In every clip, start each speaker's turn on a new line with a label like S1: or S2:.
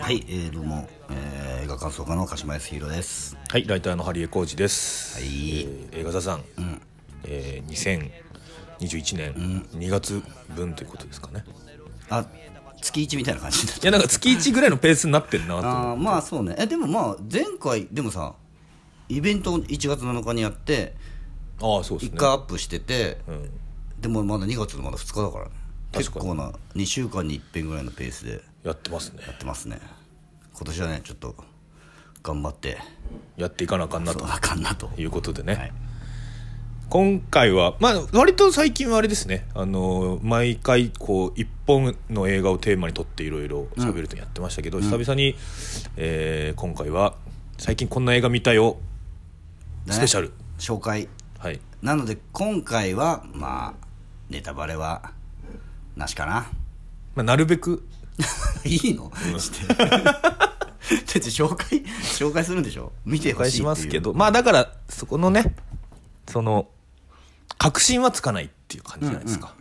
S1: はい、えー、どうも、えー映画感想家の鹿島康弘です。
S2: はい、ライターのハリエ浩二です。
S1: はい
S2: えー映画座さん、えー2021年2月分ということですかね。
S1: あ、月一みたいな感じになっ
S2: いや、なんか月1ぐらいのペースになってんなと。
S1: た。あーまあそうね。え、でもまあ前回でもさ、イベントを1月7日にやって
S2: ああ、そうです
S1: 1
S2: ね。
S1: 回アップしてて、
S2: うん、
S1: でもまだ2月のまだ2日だから、ね、結
S2: 確かに
S1: 構な2週間に一遍ぐらいのペースで
S2: やってますね。
S1: やってますね。今年はねちょっと頑張って
S2: やっていかなあかんな
S1: そう
S2: と
S1: あかんなと。
S2: いうことでね。
S1: はい
S2: 今回は、まあ、割と最近はあれですね。あのー、毎回、こう、一本の映画をテーマにとっていろいろ喋るとやってましたけど、久々に、えー今回は、最近こんな映画見たよ、
S1: ね
S2: スペシャル。
S1: 紹介。
S2: はい。
S1: なので今回はまあネタバレはなしかな
S2: まあ、なるべく
S1: いいの、して だって紹介紹介するんでしょ見て
S2: お
S1: ほ
S2: 返
S1: しいってい
S2: し
S1: う
S2: ますけどまあだからそこのねその確信はつかないっていう感じじゃないですか、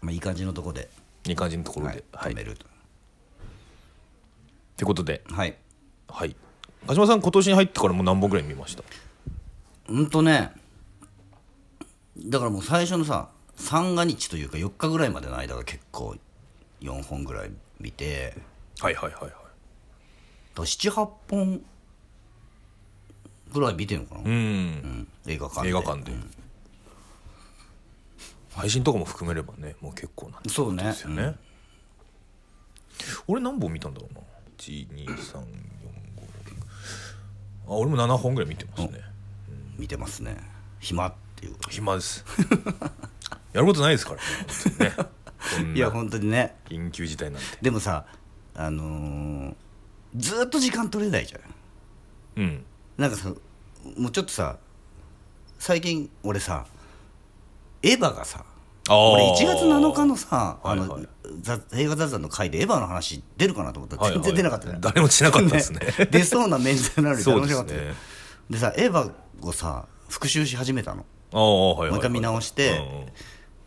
S1: まあ、いい感じのとこで、
S2: いい感じのところ
S1: は
S2: で
S1: い、
S2: はい
S1: 止めると
S2: ってことで
S1: はい
S2: はい鹿島さん今年に入ってからもう何本ぐらい見ました
S1: うんとねだからもう最初のさ三が日というか4日ぐらいまでの間が結構4本ぐらい見て
S2: はいはいはいはい
S1: 78本ぐらい見てんのかな、
S2: うん、
S1: うん映画館で
S2: 映画館で、配信とかも含めればねもう結構なんで
S1: そうね
S2: すよね、俺何本見たんだろうな1234あ俺も7本ぐらい見てますね、
S1: 見てますね暇っていう
S2: 暇です やることないですからね本当にね
S1: いや本当にね
S2: こんな緊急事態なんて
S1: でもさあのーずーっと時間取れないじゃん
S2: うん
S1: なんかさもうちょっとさ最近俺さエヴァがさ
S2: ああ
S1: 俺1月7日のさあ
S2: はいは
S1: の、
S2: い
S1: ざ映画雑談の回でエヴァの話出るかなと思ったら全然出なかったね、
S2: はいはい誰もしなかった ですね
S1: 出そうなメンツなのに
S2: そう
S1: 楽
S2: で
S1: しか
S2: す
S1: ったよ
S2: ね
S1: でさエヴァをさ復習し始めたの
S2: ああはいはいはい
S1: もう一回見直して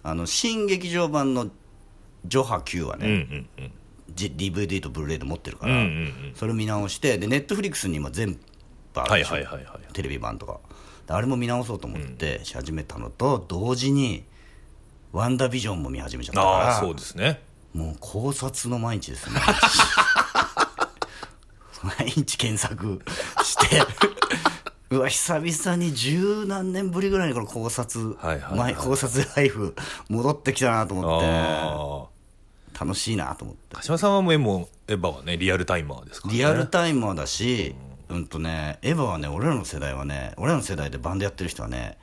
S1: あの新劇場版の「ジョハ Q」は
S2: うんうん
S1: ね、
S2: うん
S1: じ DVD とブルーレイで持ってるか
S2: うんうんう
S1: ら、
S2: ん
S1: それを見直してでネットフリックスに今全部ある
S2: は
S1: で
S2: い
S1: しょ
S2: はいはいはい
S1: テレビ版とかであれも見直そうと思ってし始めたのと同時に「ワンダービジョン」も見始めちゃった
S2: ああ
S1: か
S2: そうですね
S1: らもう考察の毎日です ね毎日検索して うわ久々に十何年ぶりぐらいにこの考察、
S2: はいはいはい
S1: 前考察ライフ戻ってきたなと思って
S2: ああ
S1: 楽しいなと思って
S2: 鹿島さんはもうエモエヴァはねリアルタイマーですからね
S1: リアルタイマーだし、うんとね、エヴァはね、俺らの世代はね、俺らの世代でバンドやってる人はね、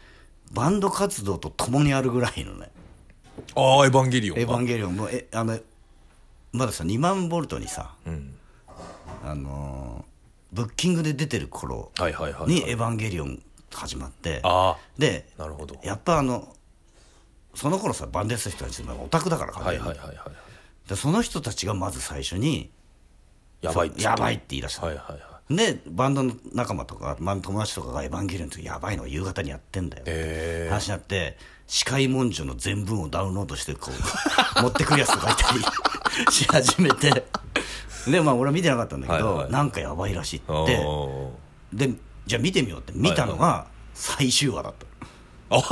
S1: バンド活動と共にあるぐらいのね、
S2: ああエヴァンゲリオン
S1: エヴァン
S2: ゲ
S1: ゲリオンも、えあのまださ、2万ボルトにさ、
S2: リオン
S1: あのーブッキングで出てる頃
S2: はいはいはいはい
S1: に、エヴァンゲリオン始まって、
S2: あ
S1: で、
S2: あなるほど
S1: やっぱあの、その頃さ、バンドやってた人たち、オタクだから、完
S2: は
S1: 全
S2: い
S1: に
S2: はいはいはい
S1: でその人たちがまず最初に、
S2: やばいっつって
S1: やばいって言い出した。
S2: はいはいはい
S1: でバンドの仲間とか、まあ、友達とかが「エヴァンゲリオン」ってやばいのが夕方にやってんだよ、
S2: ええ
S1: 話になって司会文書の全文をダウンロードしてこう 持ってくるやつとかいたり し始めてでまあ俺は見てなかったんだけど、
S2: はいはい
S1: なんかやばいらしい
S2: あ
S1: って
S2: ー
S1: でじゃあ見てみようって見たのが最終話だった、
S2: あ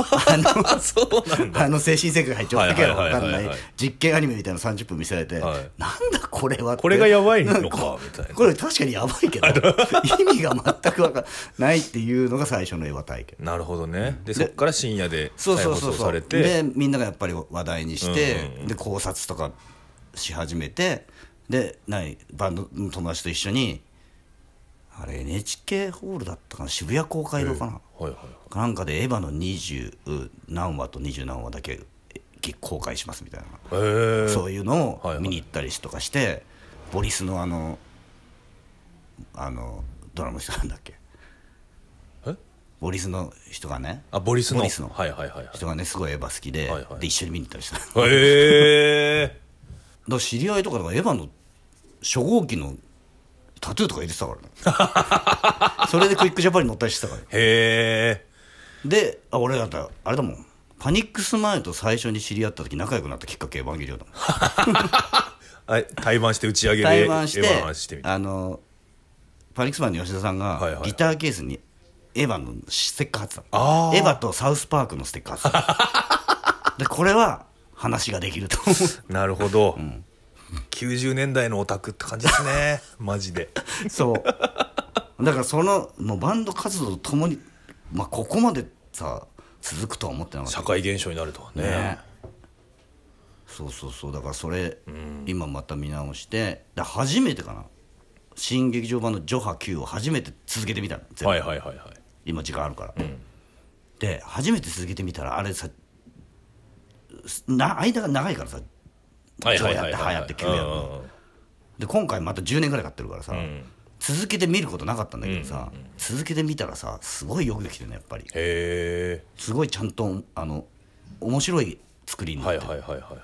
S2: そうなんだ
S1: あの精神世界入っちゃってけど
S2: はい
S1: 分
S2: は
S1: か
S2: いは
S1: ん
S2: いは
S1: ないい
S2: はい
S1: 実験アニメみたいなの30分見せられて、
S2: はい
S1: なんだこれはって
S2: これがやばいのかみたいな
S1: これ確かにやばいけど意味が全くわかんないっていうのが最初のエヴァ体験
S2: なるほどねでそっから深夜で
S1: そう
S2: 再
S1: そ
S2: 放
S1: うそう
S2: 送
S1: そ
S2: さ
S1: う
S2: れて
S1: でみんながやっぱり話題にして、で考察とかし始めてでないバンドの友達と一緒にあれ NHK ホールだったかな渋谷公会堂かな、
S2: はいはい
S1: なんかでエヴァの20何話と20何話だけえ公開しますみたいな
S2: へえ
S1: そういうの
S2: は
S1: を
S2: いはい
S1: 見に行ったりとかして、ボリスのあのあのドラムの人なんだっけ
S2: え
S1: ボリスの人がね
S2: あボリスの
S1: ボリスの
S2: はいはいはい
S1: 人がねすごいエヴァ好きで,、
S2: はいはい
S1: で一緒に見に行ったりしただか
S2: はいへえ
S1: ら知り合いとかだからエヴァの初号機のタトゥーとか入れてたからねそれでクイックジャパンに乗ったりしてたから
S2: へえ
S1: であ俺だったらあれだもんパニックスマイルと最初に知り合った時仲良くなったきっかけエヴァンゲリオンだもん
S2: はい対バンして打ち上げで
S1: 対バンして
S2: エヴァの話してみた
S1: あのパニックスマンの吉田さん
S2: はい
S1: が
S2: はい
S1: ギターケースにエヴァのステッカー貼ってたの
S2: あー
S1: エヴァとサウスパークのステッカー貼ってた でこれは話ができると思う
S2: なるほど、90年代のオタクって感じですね マジで
S1: そうだからそのもうバンド活動とともに、まあ、ここまでさ続くとは思ってなかった
S2: 社会現象になるとはね
S1: ねそうそうそうだからそれ、今また見直してだ初めてかな新劇場版の「ジョハ Q」を初めて続けてみたの全部
S2: はいはいはいはい
S1: 今時間あるから、で初めて続けてみたらあれさな間が長いからさ
S2: はいはいはい
S1: ジョハやっ
S2: はい
S1: てハヤって9やるの
S2: うんうんうん
S1: で今回また10年ぐらい買ってるからさ、
S2: ん
S1: 続けて見ることなかったんだけどさ、続けてみたらさすごいよくできてるねやっぱり
S2: へ
S1: すごいちゃんとあの面白い作りに
S2: え
S1: なっ
S2: は
S1: て
S2: い
S1: る、
S2: はいはいはいはい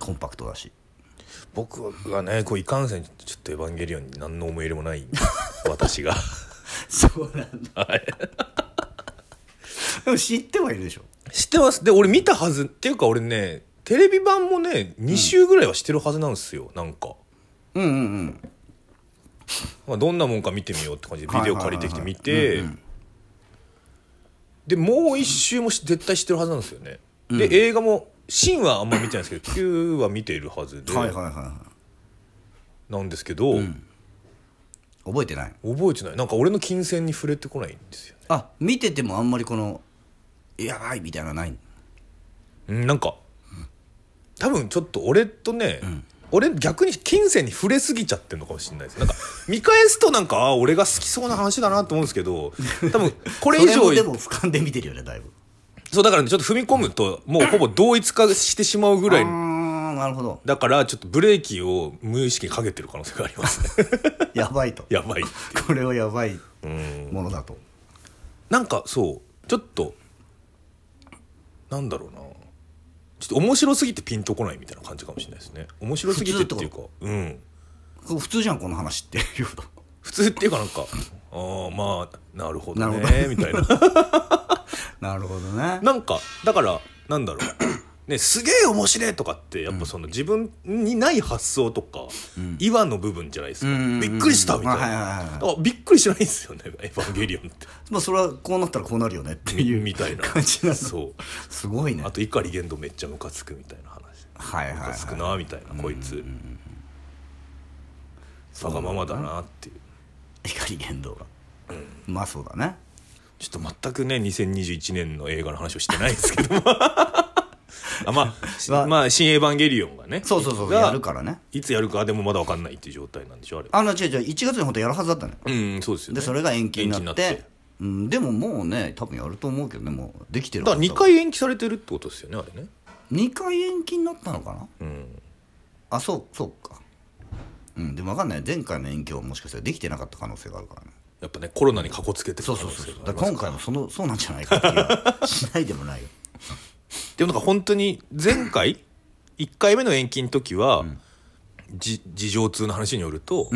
S1: コンパクトだし
S2: 僕はねこういかんせんちょっと「エヴァンゲリオン」に何の思い入れもない んで私が
S1: そうなんだ、でも知ってはいるでしょ
S2: 知ってますで俺見たはずっていうか俺ねテレビ版もね2週ぐらいはしてるはずなんですよ、なんか、
S1: うんうんうん
S2: まあ、どんなもんか見てみようって感じで
S1: はいはい
S2: ビデオ
S1: はいはい
S2: 借りてきて見てでもう1周もし絶対してるはずなんですよね、で映画もシーンはあんま見てないんですけど9は見ているはずで
S1: はいはいはいは
S2: なんですけど、
S1: い覚えてない
S2: 覚えてないなんか俺の金銭に触れてこないんですよ
S1: あ見ててもあんまりこのやばいみたいなのない
S2: うんなんか多分ちょっと俺とね、俺逆に金銭に触れすぎちゃってるのかもしれないですな んか見返すとなんかあー俺が好きそうな話だなと思うんですけど多分これ以
S1: そも
S2: 上
S1: でも俯瞰で見てるよねだいぶ
S2: そうだからねちょっと踏み込むともうほぼ同一化してしまうぐらい
S1: あーなるほど
S2: だからちょっとブレーキを無意識にかけてる可能性があり ますね
S1: やばいと
S2: やばい
S1: これはやばいものだと
S2: なんかそうちょっとなんだろうなちょっと面白すぎてピンとこないみたいな感じかもしれないですね面白すぎてって
S1: 普
S2: い
S1: 通っ
S2: う
S1: て
S2: かうん
S1: これ普通じゃんこの話っていうこと
S2: 普通っていうかなんかああまあなるほど
S1: なる
S2: ねみた いな
S1: なるほどね
S2: なんかだからなんだろうねすげえ面白いとかってやっぱその自分にない発想とか、岩の部分じゃないですか、
S1: うんうんうんうん
S2: びっくりしたみた
S1: あ
S2: いな、
S1: はいはいはい
S2: だからびっくりしないんですよね「エヴァンゲリオン」って
S1: まあそれはこうなったらこうなるよねって
S2: み
S1: いう
S2: みたいな
S1: 感じなの
S2: そう
S1: すごいね
S2: あと碇玄度めっちゃムカつくみたいな話
S1: はいはい
S2: ム
S1: は
S2: カつく
S1: い
S2: なみたいなこいつわがままだなっていう
S1: 光言動がまあそうだね
S2: ちょっと全くね2021年の映画の話をしてないですけど あまあ、し
S1: まあ
S2: まあ「新エヴァンゲリオン」がね
S1: そうそうそう
S2: が
S1: やるからね
S2: いつやるかでもまだ分かんないっていう状態なんでしょあれ
S1: あの違う違う1月に本当やるはずだったのよ
S2: うんそうですよ、ね、
S1: でそれが延期になって
S2: 延期になって
S1: うん、でももうね多分やると思うけどねもうできてる
S2: だから2回延期されてるってことですよねあれね
S1: 2回延期になったのかな
S2: うん
S1: あそうそうかうんでも分かんない前回の延期はもしかしたらできてなかった可能性があるからね
S2: やっぱねコロナにかこつけてる
S1: そうそうそう
S2: 可能性があ
S1: だ
S2: り
S1: か
S2: ま
S1: ら
S2: す
S1: 今回もそのそうなんじゃないかっていう しないでもないよ
S2: でもなんか本当に前回1回目の延期の時は、じ事情通の話によると、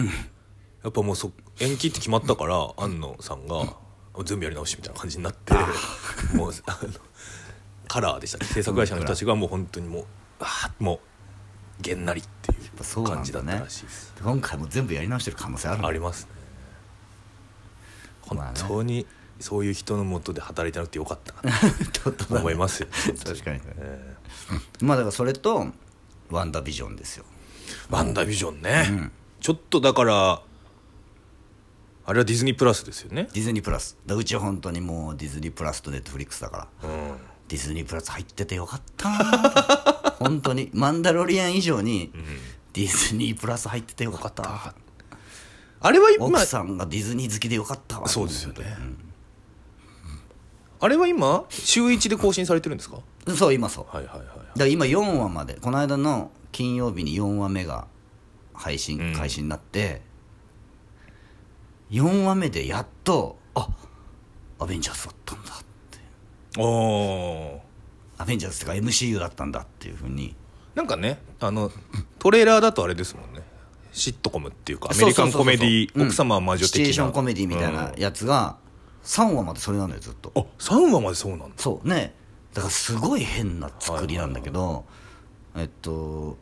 S2: やっぱもうそ延期って決まったから庵野さんが全部やり直しみたいな感じになってもうあのカラーでしたね制作会社の人たちがもう本当にもうあーもうげんなりってい
S1: ぱそう
S2: う
S1: なんだね
S2: 感じだったらしいです、
S1: 今回も全部やり直してる可能性ある
S2: あ
S1: の
S2: りますね
S1: まあ
S2: 本
S1: ね
S2: 当にそういう人のもとで働いてなくてよかったな
S1: ちょっと
S2: と思いますよ
S1: 確かに、まあだからそれとワンダービジョンですよ
S2: ワンダービジョンね、ちょっとだからあれはディズニープラスですよね
S1: ディズニープラスだうちは本当にもうディズニープラスとネットフリックスだから、ディズニープラス入っててよかっ たな本当にマンダロリアン以上にディズニープラス入っててよかった
S2: あれは今
S1: 奥さんがディズニー好きでよかったわ
S2: そうですよね、あれは今週一で更新されてるんですかは
S1: そう今そうだか
S2: いはいはい
S1: ら今4話までこの間の金曜日に4話目が配信、
S2: うん
S1: 開始になって4話目でやっとあアベンジャーズだったんだって
S2: あー
S1: アベンジャーズってか MCU だったんだっていうふうに
S2: なんかねあのトレーラーだとあれですもんねシットコムっていうかアメリカンコメ
S1: そうそうそ
S2: ディ
S1: うそううん
S2: 奥様は魔女的な
S1: シチュエーションコメディみたいなやつが3話までそれなんだよずっと
S2: うんあ3話までそうなんだ
S1: そうねだからすごい変な作りなんだけど、えっと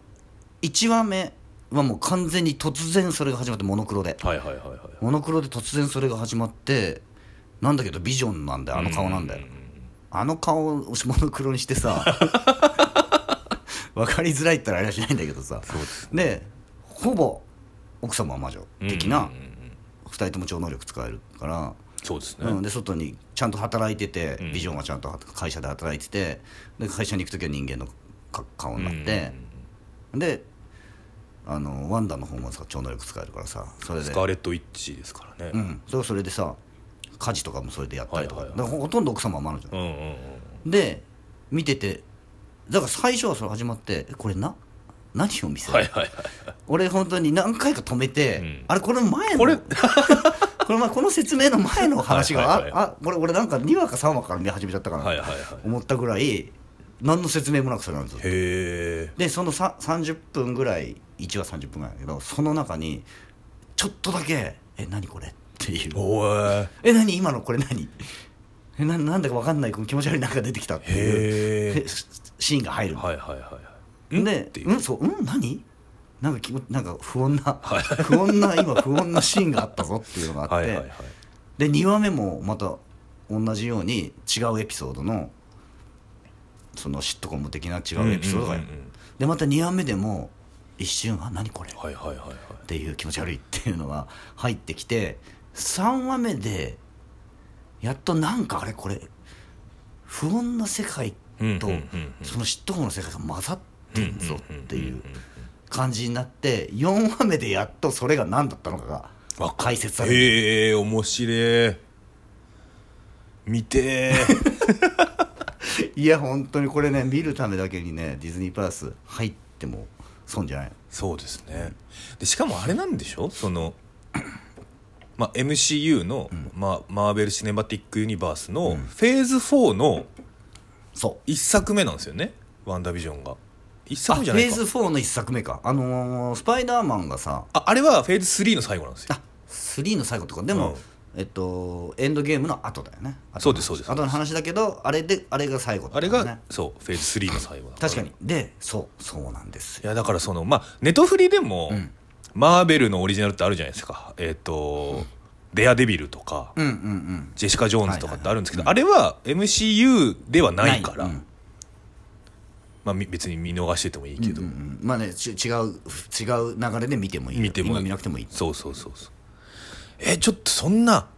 S1: 1話目はもう完全に突然それが始まってモノクロで
S2: はいはいはいはい
S1: モノクロで突然それが始まってなんだけどビジョンなんだよあの顔なんだよあの顔をモノクロにして さ分かりづらいったらあれはしないんだけどさでほぼ奥様は魔女的
S2: うん
S1: な
S2: うんうんうん
S1: 2人とも超能力使えるから、
S2: そうですね、
S1: うん、で外にちゃんと働いてて、
S2: うん
S1: ビジョンはちゃんと会社で働いててで会社に行く時は人間のか顔になって、であのワンダの方もさ超能力使えるからさそれで
S2: スカーレット・ウィッチですからね、
S1: うん、それはそれでさ家事とかもそれでやったりとか,、
S2: はいはい
S1: だからほとんど奥様はマルじゃ、
S2: うんんうんうん
S1: で見ててだから最初はそれ始まってえこれな何を見せる、
S2: はいはいはい
S1: 俺本当に何回か止めて、
S2: うん
S1: あれ これ前の
S2: これ
S1: この前この説明の前の話が
S2: はいはいは
S1: ああこれ俺なんか2話か3話から見始めちゃったかな、
S2: はいはいはい
S1: 思ったぐらい何の説明もなくそれなんですよ
S2: へえ
S1: でそのさ30分ぐらい1話30分ぐらいだけどその中にちょっとだけ「え何これ?」っていう
S2: おー
S1: え何今のこれ何えななんだか分かんないこの気持ち悪いなんか出てきたってい
S2: へ
S1: う
S2: え
S1: えシシーンが入るの、
S2: はいはいはいはい
S1: で
S2: ていううん
S1: そううん何なんか気持なんか不穏な不穏な今不穏なシーンがあったぞっていうのがあって、
S2: はいはいはい
S1: で2話目もまた同じように違うエピソードのそのシットコム的な違うエピソードが、
S2: うんうんうんうん
S1: でまた2話目でも一瞬「あ何これ?」
S2: はいはいはいはい
S1: っていう気持ち悪いっていうのが入ってきて3話目でやっとなんかあれこれ不穏な世界
S2: うん
S1: と
S2: うんうんうん
S1: その嫉妬の世界が混ざってんぞってい
S2: ん
S1: うん
S2: んんん
S1: 感じになって4話目でやっとそれが何だったのか
S2: わ
S1: が
S2: か
S1: 解説される
S2: へえ面白い見てー
S1: いや本当にこれね見るためだけにねディズニープラス入っても損じゃない
S2: そうですねでしかもあれなんでしょそ のまあ MCU の、まあ、マーベル・シネマティック・ユニバースのフェーズ4の
S1: そう
S2: 一作目なんですよね「ワンダービジョン」が一
S1: あフ
S2: 作目
S1: ェ
S2: じゃない
S1: ー
S2: か
S1: ズ4の1作目かあのースパイダーマンがさ
S2: ああれはフェーズ3の最後なんですよ
S1: あ3の最後とかでも、えっとエンドゲームの後だよね
S2: そうですそうです
S1: 後の話だけどあれであれが最後だった
S2: あれ
S1: ん
S2: が、
S1: だね
S2: そうフェーズ3の最後だら
S1: 確かにでそうそうなんです
S2: い
S1: よ
S2: やだからそのまあネトフリでも、
S1: ん
S2: マーベルのオリジナルってあるじゃないですかえっ、と、デアデビル」とか、
S1: うんうんうん
S2: ジェシカ・ジョーンズ」とかってあるんですけど、あれは MCU ではないから
S1: うん
S2: まあ、み別に見逃しててもいいけど、
S1: うんうんまあねち違う違う流れで見てもいいよ
S2: 見てもいい
S1: 今見なくてもいい
S2: そうそうそうそうえちょっとそんな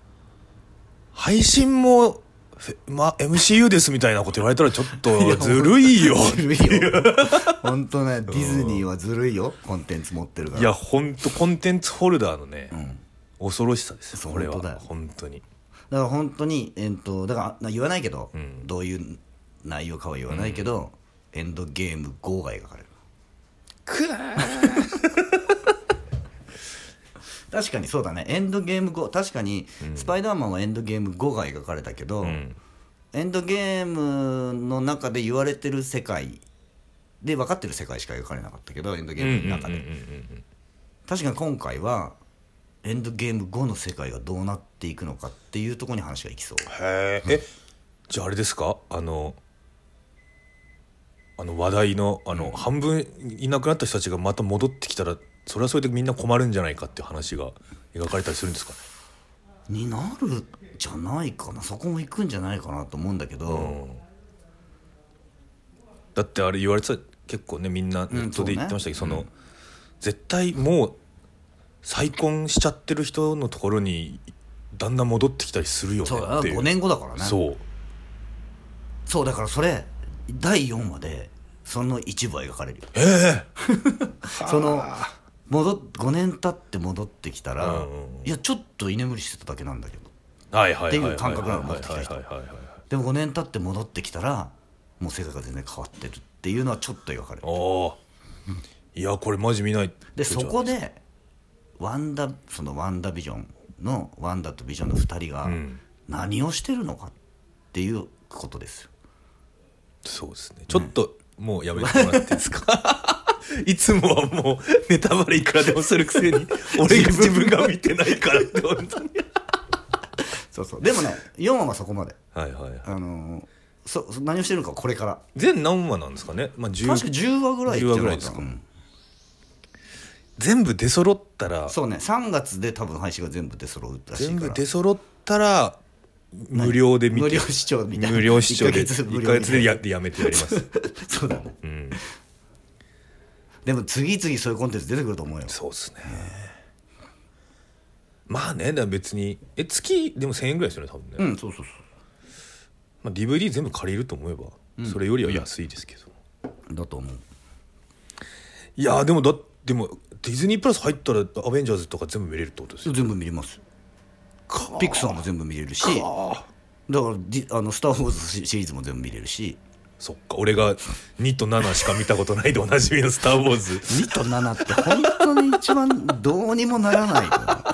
S2: 配信も、フェまあ、MCU ですみたいなこと言われたらちょっとずるいよ
S1: ず るいよ本当 ねディズニーはずるいよコンテンツ持ってるから
S2: いやほんとコンテンツホルダーのね、
S1: ん
S2: 恐ろしさです
S1: そ
S2: よ
S1: う
S2: これは
S1: 本当だよ
S2: 本当に
S1: だから本当にえっとだからな言わないけど、
S2: ん
S1: どういう内容かは言わないけど、エンドゲーム5が描かれる
S2: くー
S1: 確かにそうだねエンドゲーム5確かに「スパイダーマン」はエンドゲーム5が描かれたけど、
S2: ん
S1: エンドゲームの中で言われてる世界で分かってる世界しか描かれなかったけどエンドゲームの中で、
S2: うんうんうんうんうん
S1: 確かに今回はエンドゲーム5の世界がどうなっていくのかっていうところに話がいきそう
S2: へーえじゃああれですかあのあの話題のあの、半分いなくなった人たちがまた戻ってきたらそれはそれでみんな困るんじゃないかっていう話が描かれたりするんですかね
S1: になるじゃないかなそこも行くんじゃないかなと思うんだけど、
S2: だってあれ言われてた結構ねみんなネットで言ってましたけど、その、絶対もう再婚しちゃってる人のところにだんだん戻ってきたりするよね
S1: そうだ
S2: っていう
S1: 5年後だからね
S2: そう
S1: そうだからそれ第4話でその一部は描かれるよ
S2: ええ
S1: その戻っ5年経って戻ってきたら、
S2: うんうんうん
S1: いやちょっと居眠りしてただけなんだけど
S2: はいはいは
S1: って
S2: いはいいうは
S1: 感
S2: い
S1: 覚なの持ってきた人
S2: はいはいはいはい
S1: でも5年経って戻ってきたらもう世界が全然変わってるっていうのはちょっと描かれる
S2: おーいやこれマジ見ない
S1: でそこでワンダそのワンダビジョンのワンダとビジョンの2人が
S2: ん
S1: 何をしてるのかっていうことですよ
S2: そうですねちょっと、もうやめてもらっていいですか いつもはもうネタバレいくらでもするく せに俺が自分が見てないからって本当に
S1: そうそうでもね4話はそこまで
S2: はいはいはい
S1: あのーそそ何をしてるのかはこれから
S2: 全何話なんですかね、まあ、10
S1: 確か10話ぐらいって
S2: 10話ぐらいですか
S1: うん
S2: 全部出揃ったら
S1: そうね3月で多分配信が全部出揃うらしい
S2: 全
S1: から
S2: 部出揃ったら無料で見て
S1: 無料視聴みたいな
S2: 無料視聴で
S1: 1ヶ月無料
S2: 1ヶ月で
S1: みた
S2: ややめてやります、
S1: そうだね
S2: うん、
S1: でも次々そういうコンテンツ出てくると思うよ
S2: そうですねまあねだから別にえ月でも1000円ぐらいですよね多分ね、
S1: うんそうそう
S2: まあ、DVD 全部借りると思えば、それよりは安いですけど、
S1: そうだと思う
S2: いやーでもだでもディズニープラス入ったら「アベンジャーズ」とか全部見れるってことですよ
S1: 全部見れます
S2: か
S1: ピクサーも全部見れるしだから
S2: あー
S1: ディあの「スター・ウォーズ」シリーズも全部見れるし
S2: そっか俺が2と7しか見たことないでおなじみの「スター・ウォーズ
S1: 2と7って本当に一番どうにもならないと思う」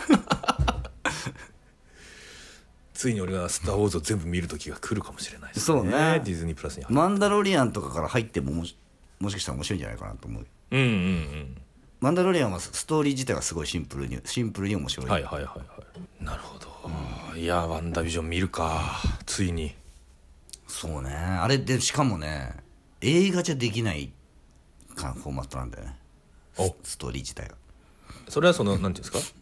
S2: ついに俺が「スター・ウォーズ」を全部見る時が来るかもしれないですね
S1: そうね
S2: ディズニープラスに入る、
S1: マンダロリアンとかから入ってももしもしかしたら面白いんじゃないかなと思う
S2: うんうんうん
S1: マンダロリアンはストーリー自体がすごいシンプルにシンプルに面白い、
S2: はいはいはいはいなるほど、いやーワンダービジョン見るかついに
S1: そうねあれでしかもね映画じゃできないかフォーマットなんだよね
S2: お
S1: ストーリー自体が
S2: それはそのなんていうんですか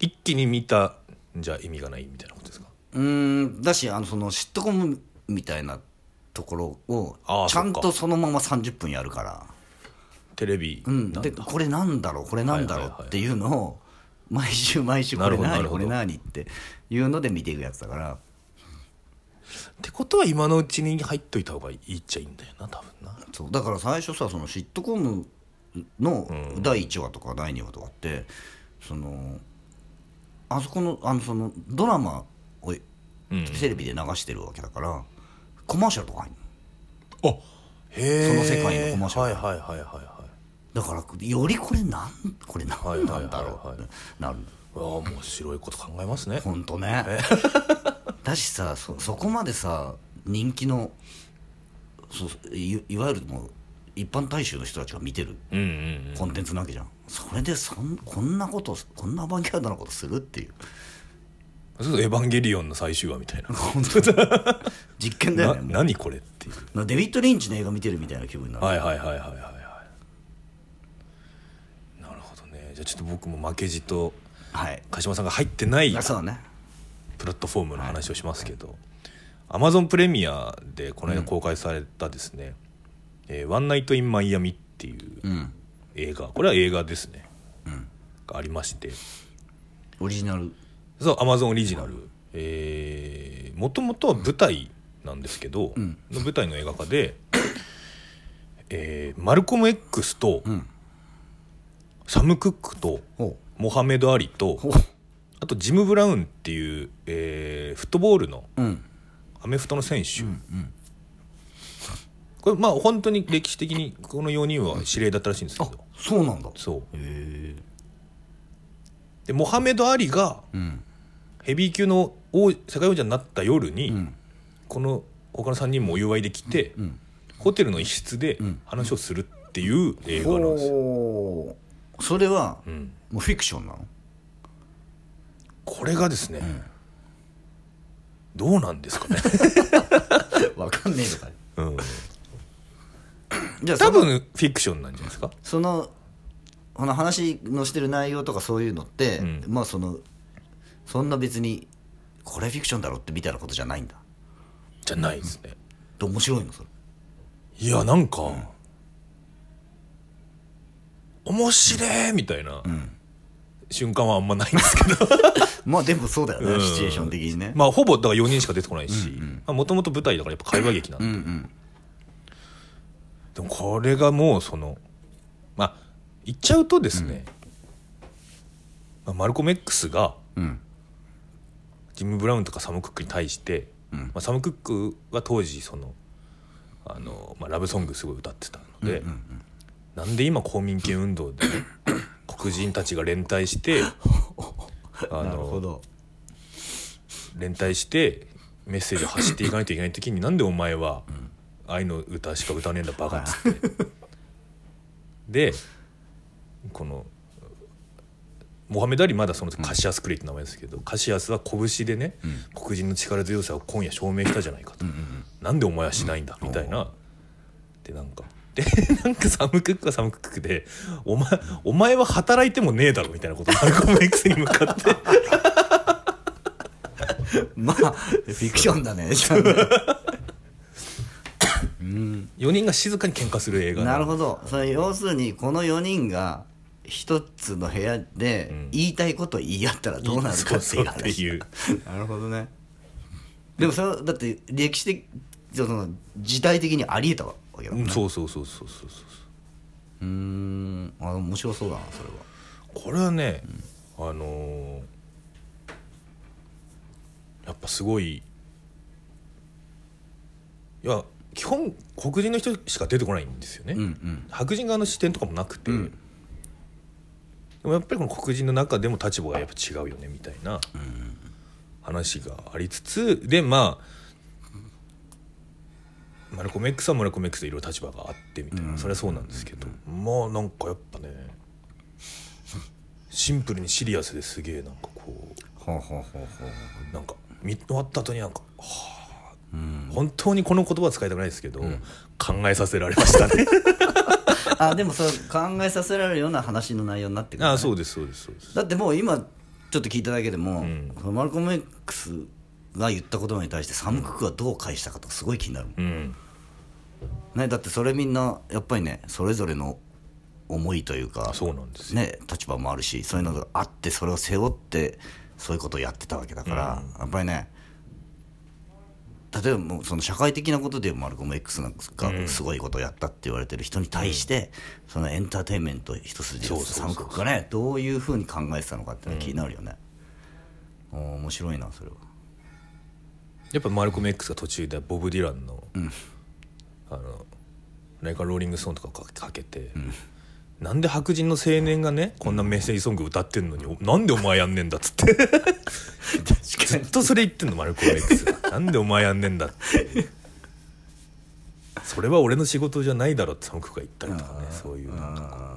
S2: 一気に見たんじゃ意味がないみたいなことですか
S1: うーんだしあのそのシットコムみたいなところを
S2: あー
S1: ちゃん
S2: そっ
S1: と
S2: か
S1: そのまま30分やるから
S2: テレビ
S1: うん、
S2: なん
S1: で
S2: だ
S1: これなんだろうこれなんだろ
S2: はいはいは
S1: う
S2: い
S1: っていうのを 毎週毎週
S2: な
S1: これ
S2: るほどな
S1: 何
S2: るほ
S1: こ
S2: ど
S1: れ何っていうので見ていくやつだから
S2: ってことは今のうちに入っといた方がいいっちゃいいんだよな多分な
S1: そうだから最初さそのシットコムの第1話とか第2話とかって、そのあそこのあのそのドラマを
S2: うん
S1: テレビで流してるわけだから、コマーシャルとか入んの
S2: あへえ
S1: その世界のコマーシャル
S2: はいはいはいはいはい
S1: だからよりこれなんこれ
S2: はい
S1: 何
S2: はいはいはい
S1: なんだろうってなる
S2: うわあ面白いこと考えますね
S1: 本当ね だしさそそこまでさ人気のそういいわゆるもう一般大衆の人たちが見てる
S2: うんうんうん
S1: コンテンツなわけじゃん、それでそんこんなことこんなアバンギャルドなことするっていう
S2: そうそうエヴァンゲリオン」の最終話みたいな
S1: 本当だ実験だよ
S2: な
S1: ねもう
S2: 何これっていう
S1: なデビッド・リンチの映画見てるみたいな気分になる、
S2: はいはいはいはいはいはいなるほどねじゃあちょっと僕も負けじと
S1: はい、
S2: 鹿島さんが入ってない
S1: あそうだね
S2: プラットフォームの話をしますけど、アマゾンプレミアでこの間公開されたですね「えーワンナイト・イン・マイアミ」っていう
S1: うん
S2: 映画これは映画ですね、がありまして
S1: オリジナル
S2: そうアマゾンオリジナルえーもともとは舞台なんですけど、
S1: ん
S2: の舞台の映画化で、えーマルコム X と、
S1: ん
S2: サム・クックと
S1: ほ
S2: モハメド・アリと
S1: ほ
S2: あとジム・ブラウンっていう、えーフットボールの
S1: ううん
S2: アメフトの選手、これまあ本当に歴史的にこの4人は指令だったらしいんですけ
S1: あ
S2: ど
S1: そうなんだ
S2: そう
S1: へえ
S2: でモハメド・アリが
S1: うん
S2: ヘビー級の王世界王者になった夜に、
S1: うん
S2: この他の3人もお祝いで来て、
S1: ん
S2: ホテルの一室で
S1: ん
S2: 話をするっていう映画なんですよ、
S1: ほうそれは
S2: うん、
S1: もうフィクションなの
S2: これがですね、どうなんで すかね、
S1: わかんねえのかよ
S2: うん、
S1: じゃあ
S2: 多
S1: 多分
S2: 分フィクションなんじゃないですか
S1: そのこの話のしてる内容とかそういうのって、
S2: うん
S1: まあそのそんな別にこれフィクションだろってみたいなことじゃないんだ
S2: じゃないですね
S1: で面白いのそれ
S2: いやなんか、面白えみたいな、瞬間はあんまないんですけど
S1: まあでもそうだよね、
S2: うん
S1: シチュエーション的にね、
S2: まあほぼだから4人しか出てこないしもともと舞台だからやっぱ会話劇なんで、
S1: うんうん
S2: でもこれがもうそのまあ言っちゃうとですね、まあ、マルコム X が
S1: うん
S2: ジム・ブラウンとかサム・クックに対して、
S1: うん
S2: まあ、サム・クックは当時そのあの、まあ、ラブソングすごい歌ってたので、なんで今公民権運 動で黒人たちが連帯してあ
S1: なるほ
S2: の
S1: ど
S2: 連帯してメッセージを発していかないといけない時になんでお前は愛の歌しか歌わねえんだバカっつって。でこのモハメド・アリまだその時カシアス・クレイって名前ですけど、カシアスは拳でね、黒人の力強さを今夜証明したじゃないかと、なんでお前はしないんだみたいな、でなんかでなんか寒くっか寒くっくでお,、前お前は働いてもねえだろみたいなことをマルコム X に向かって
S1: まあフィクションだねじゃあね
S2: 4人が静かに喧嘩する映画
S1: なる
S2: ど
S1: ほどそれ要するにこの4人が一つの部屋で言いたいことを言い合ったらどうなるかっていう
S2: って
S1: 話
S2: いう
S1: なるほどねでもそれはだって歴史的その時代的にありえたわけだもん
S2: うん
S1: ね
S2: そうそうそうそうそうそう
S1: うーんあ面白そうだなそれは
S2: これはね、あのーやっぱすごいいや基本黒人の人しか出てこないんですよね、
S1: うんうん
S2: 白人側の視点とかもなくて、
S1: うん
S2: でもやっぱりこの黒人の中でも立場がやっぱ違うよねみたいな話がありつつでまあマルコム X はマルコム X でいろいろ立場があってみたいな、
S1: うん
S2: それはそうなんですけど、まあなんかやっぱねシンプルにシリアスですげえなんかこ
S1: ほうほうほうほう
S2: うなんか見終わった後になんかは
S1: うん
S2: あ本当にこの言葉は使いたくないですけど、
S1: ん
S2: 考えさせられましたね
S1: あでもそう考えさせられるような話の内容になってくるね、
S2: ああそうですそうですそうです
S1: だってもう今ちょっと聞いただけでも、
S2: ん
S1: そのマルコム X が言った言葉に対してサム・クックがどう返したかとかすごい気になるもん、
S2: うん
S1: ね、だってそれみんなやっぱりねそれぞれの思いというか
S2: そうなんですよ
S1: ね、立場もあるしそういうのがあってそれを背負ってそういうことをやってたわけだから、やっぱりね例えばもうその社会的なことでマルコム X なんかがすごいことをやったって言われてる人に対して、そのエンターテインメント一筋
S2: そう
S1: で
S2: そうそう
S1: サム・クックがねどういうふうに考えてたのかっていうのは気になるよね、おー面白いなそ れは
S2: やっぱマルコム X が途中でボブ・ディランの「
S1: ん
S2: あのライカ・ローリング・ストーン」とかかかけて、なんで白人の青年がねこんなメッセージソング歌ってんのに、おなんでお前やんねんだっつってずっとそれ言ってんのマルコム X がなんでお前やんねんだってそれは俺の仕事じゃないだろってサムクが言ったりとかねそういうなんか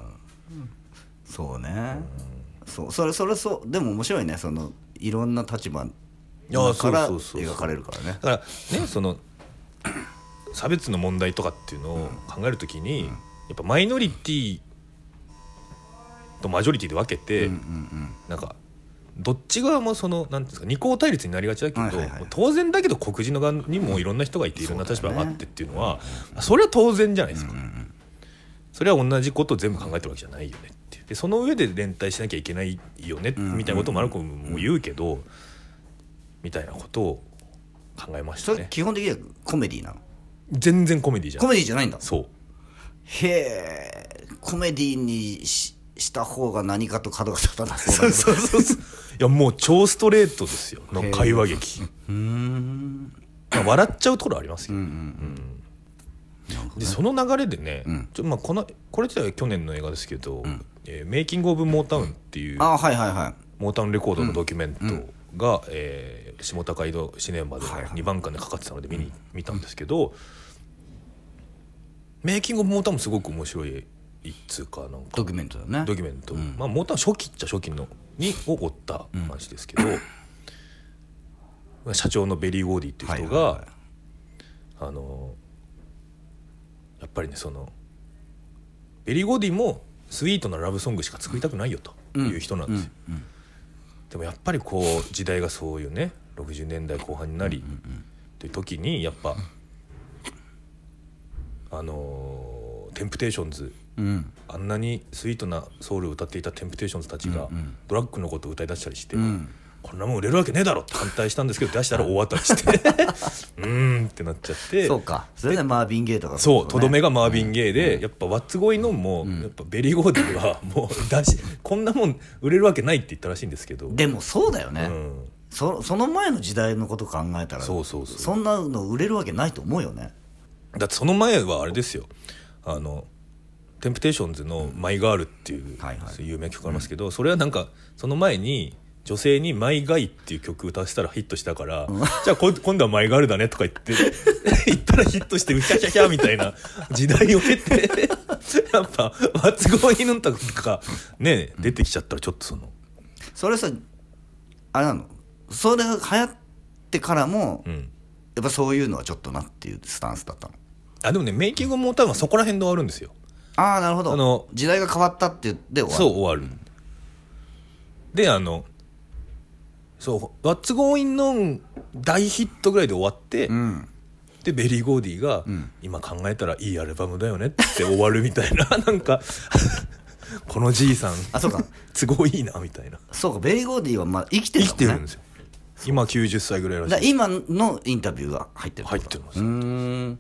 S1: そうね、そうそれそれそうでも面白いねそのいろんな立場
S2: や
S1: から
S2: そうそうそうそう
S1: 描かれるからね
S2: だからねその差別の問題とかっていうのを考えるときに、やっぱマイノリティとマジョリティで分けて、
S1: うんうん
S2: なんかどっち側もそのなんていうんですか二項対立になりがちだけど、
S1: はいはいはい
S2: もう当然だけど黒人の側にもいろんな人がいていろんな立場があってっていうのはそれは当然じゃないですか、それは同じことを全部考えてるわけじゃないよねっていうでその上で連帯しなきゃいけないよねみたいなことをマルコムも言うけど、みたいなことを考えまし
S1: そ
S2: た
S1: れ
S2: ね
S1: 基本的にはコメディなの
S2: 全然コメディじゃ
S1: コ
S2: ん
S1: メディじゃないんだ
S2: そう
S1: へえコメディにしした方が何かと角が立たなそ
S2: そう
S1: う
S2: そうそうそういやもう超ストレートですよの会話劇
S1: うん
S2: まあ笑っちゃうところありますよ、
S1: うんうん
S2: でその流れでね、
S1: ん
S2: ちょまあ、このこれ自体は去年の映画ですけど「えーメイキング・オブ・モータウン」っていう
S1: あはいはいはい
S2: モータウンレコードのドキュメントが、えー下高井戸シネマで
S1: はいはい
S2: 2番館でかかってたので見に、見たんですけどメイキング・オブ・モータウンもすごく面白い一通かなんか
S1: ドキュメントだね
S2: ドキュメント、まあ、モータウン初期っちゃ初期のにを追った話ですけど、社長のベリー・ウォーディっていう
S1: はい
S2: 人が、
S1: はいはい
S2: あのやっぱりねそのベリー・ウォーディもスイートなラブソングしか作りたくないよという人なんですよ、でもやっぱりこう時代がそういうね60年代後半になり、という時にやっぱあのーテンプテーションズ
S1: うん
S2: あんなにスイートなソウルを歌っていたテンプテーションズたちがドラッグのことを歌い出したりして、
S1: ん
S2: こんなもん売れるわけねえだろって反対したんですけど出したら大当たりして うーんってなっちゃって
S1: そうかそれでマービン・ゲイとか
S2: そうとどめ
S1: が
S2: がマービン・ゲイで、やっぱワッツ・ゴイ・ノンも、やっぱベリー・ゴーディはもう出しこんなもん売れるわけないって言ったらしいんですけど、
S1: でもそうだよね、
S2: うん、
S1: そその前の時代のこと考えたら
S2: そうそうそう
S1: そんなの売れるわけないと思うよね
S2: だってその前はあれですよあのテンプテーションズの「マイガール」っていう
S1: はいはい
S2: そういう有名曲ありますけど、それはなんかその前に女性に「マイガイ」っていう曲歌わせたらヒットしたから、じゃあこ今度は「マイガールだね」とか言って 言ったらヒットしてうひゃひゃひゃみたいな時代を経て やっぱ松郷にのとかね出てきちゃったらちょっとその
S1: それさあれなのそれが流行ってからも、
S2: うん
S1: やっぱそういうのはちょっとなっていうスタンスだったの
S2: あでもねメイキングも多分そこら辺で終わるんですよ
S1: ああなるほど
S2: あの
S1: 時代が変わったって言って終わる
S2: そう終わる、であのそう「What's Going On」大ヒットぐらいで終わって、
S1: ん
S2: でベリー・ゴーディが、今考えたらいいアルバムだよね」って 終わるみたいななんか このじいさん
S1: あ そうか
S2: 都合いいなみたいな
S1: そうかベリー・ゴーディはまあ生きてる
S2: 生
S1: んだ
S2: き
S1: もんね
S2: てるんですよ今90歳ぐらいら
S1: だか
S2: し
S1: ら
S2: い
S1: 今のインタビューが入ってる
S2: 入ってます
S1: うーん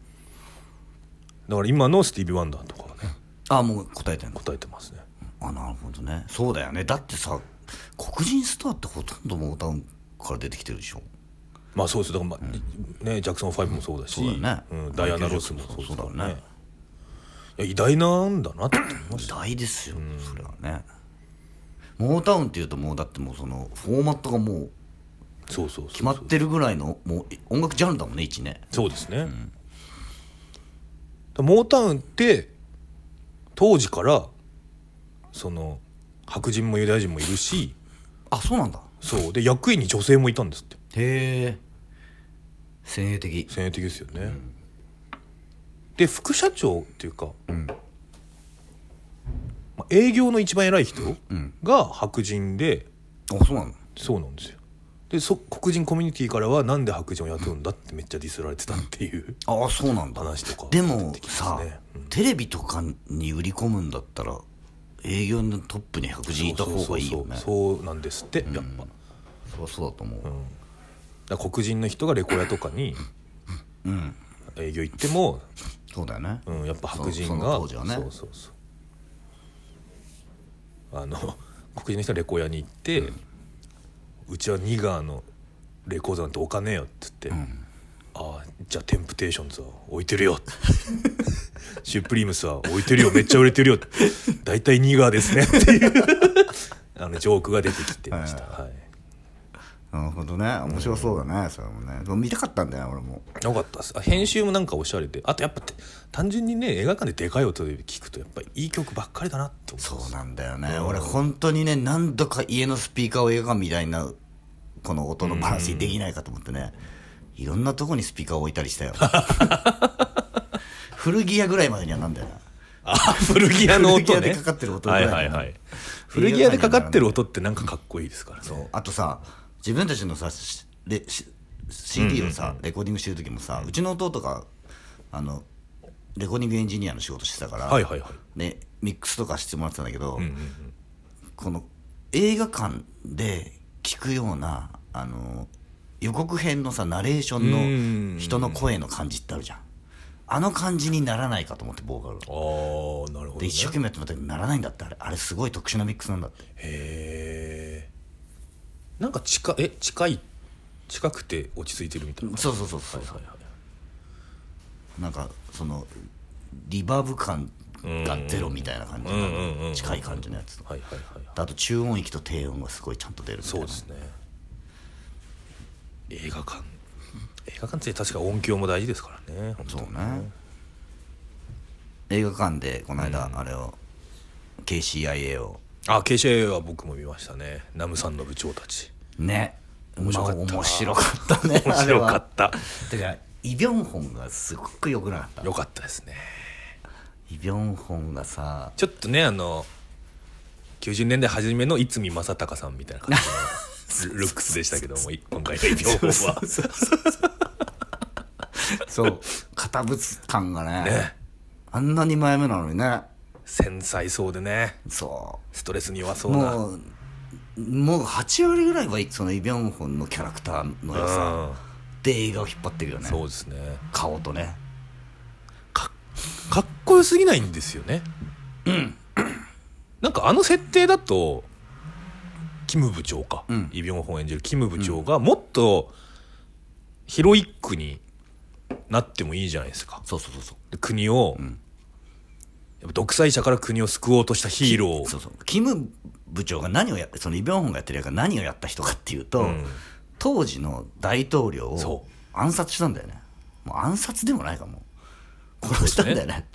S2: だから今のスティービー・ワンダーとかはね
S1: あもう答えてんの
S2: 答えてますね
S1: あなるほどねそうだよねだってさ黒人スターってほとんどもう歌うから出てきてるでしょ
S2: まあそうですよだから、まあね、ジャクソン5もそうだし
S1: そうだよね
S2: うん、ダイアナ・ロスもそうだ
S1: そうだ
S2: ね
S1: よね
S2: いや偉大なんだなって思いまし
S1: 偉
S2: た
S1: 大ですよそれはねモータウンっていうともうだってもうそのフォーマットがもう
S2: そうそうそう
S1: 決まってるぐらいのもう音楽ジャンルだもんね一ね
S2: そうですね、だモータウンって当時からその白人もユダヤ人もいるし
S1: あそうなんだ
S2: そうで役員に女性もいたんですって
S1: へえ先鋭的
S2: 先鋭的ですよね、で副社長っていうか、まあ、営業の一番偉い人が白人で、
S1: あそうなんだ
S2: そうなんですよでそ黒人コミュニティからはなんで白人を雇うんだってめっちゃディスられてたっていう
S1: ああそうなんだ
S2: 話とか
S1: でも
S2: 出てきます
S1: さ
S2: ね
S1: テレビとかに売り込むんだったら営業のトップに白人いた方がいいよね
S2: そうそうそうそうなんですって、やっぱ
S1: そりゃそうだと思う、
S2: だから黒人の人がレコヤとかに営業行っても、
S1: そうだよね、
S2: うん、やっぱ白人
S1: そ
S2: が
S1: その当時はね
S2: そうそうそうあの 黒人の人がレコヤに行って、うちはニガーのレコードなんてお金よ」っつって「ああじゃあテンプテーションズは置いてる よ」シュプリームスは置いてるよめっちゃ売れてるよ」大体ニガーですね」っていう あのジョークが出てきてました。はい
S1: なるほどね面白そうだね、それもねでも見たかったんだよね俺も
S2: よかったですあ編集もなんかおしゃれであとやっぱて単純にね映画館ででかい音で聞くとやっぱいい曲ばっかりだなって思
S1: そうなんだよね、俺本当にね何度か家のスピーカーを映画館みたいなこの音のバランスにできないかと思ってね、いろんなとこにスピーカーを置いたりしたよ 古着屋ぐらいまでにはなんだよな
S2: あ古着屋の音ね
S1: 古着屋でかかってる音ぐら
S2: はいいはいはい古着屋でかかってる音ってなんかかっこいいですからね
S1: そうあとさ自分たちのさしレし CD をさ、レコーディングしてる時もさうちの弟があのレコーディングエンジニアの仕事してたから、
S2: はいはいはい
S1: ね、ミックスとかしてもらってたんだけど、この映画館で聞くようなあの予告編のさナレーショ
S2: うんうん
S1: ン
S2: うん
S1: の人の声の感じってあるじゃんあの感じにならないかと思ってボーカル
S2: あ
S1: が
S2: あなるほど、
S1: で
S2: ね、
S1: 一生懸命やってもらったけどならないんだってあれあれすごい特殊なミックスなんだって
S2: へえんか近え近い近くて落ち着いてるみたいな
S1: そうそうそうそう、
S2: はいはい
S1: なんかそのリバーブ感がゼロみたいな感じ
S2: うんうんうんうん
S1: の近い感じのやつ
S2: はいはいはいはい
S1: あと中音域と低音がすごいちゃんと出るみたい
S2: そう
S1: な
S2: ですね映画館映画館って確か音響も大事ですからね本当
S1: そうね映画館でこの間、あれを KCIA を
S2: あ KCA は僕も見ましたねナムさんの部長たち
S1: ね
S2: 面白かった
S1: まあ面白かったね
S2: 面白かった
S1: あれはてかイ・ビョンホンがすごく良くなかった
S2: よかったですね
S1: イ・ビョンホンがさ
S2: ちょっとねあの90年代初めの逸見正隆さんみたいな感じのルルックスでしたけどもい今回の一票は
S1: そう堅物感がね
S2: ね
S1: あんなに前目なのにね
S2: 繊細そうでね
S1: そ
S2: ストレスに弱そううな
S1: もうもう8割ぐらいはそのイ・ビョンホンのキャラクターの良さで映画を引っ張ってるよ
S2: うん
S1: ね
S2: そうですね
S1: 顔とね
S2: かかっこよすぎないんですよねなんかあの設定だとキム部長か、
S1: ん
S2: イ・ビョンホン演じるキム部長がもっとヒロイックになってもいいじゃないですか
S1: そうそうそうそう
S2: で国を、やっぱ独裁者から国を救おうとしたヒーロー
S1: そうそうキム部長が何をやそのイ・ビョンホンがやってる役が何をやった人かっていうと、
S2: ん
S1: 当時の大統領
S2: そ
S1: を暗殺したんだよねもう暗殺でもないかも殺したんだよね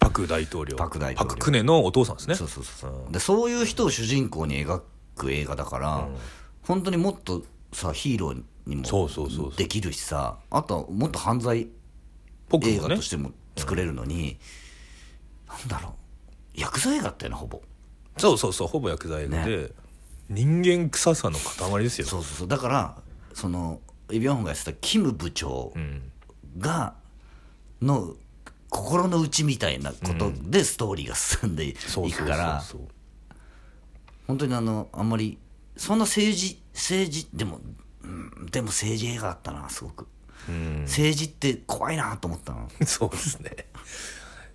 S2: パク大統領
S1: パク大統領
S2: クネのお父さんですね
S1: そうそうそうそうでそういう人を主人公に描く映画だから、本当にもっとさヒーローにも
S2: そうそうそうそう
S1: できるしさあとはもっと犯罪
S2: 僕
S1: 映
S2: も
S1: 画
S2: ね
S1: としても作れるのに、なんだろう薬剤映画ってねほぼ
S2: そうそうそうほぼ薬剤で、
S1: ね
S2: 人間臭さの塊ですよ
S1: そうそうそうだからそのイ・ビョンホンがやってたキム部長
S2: うん
S1: がの心の内みたいなことでストーリーが進んでい
S2: そうそ
S1: く
S2: う
S1: から
S2: そうそう
S1: 本当にあのあんまりそんな政治政治でも、うん、でも政治映画だったなすごく、政治って怖いなと思ったの
S2: そうですね。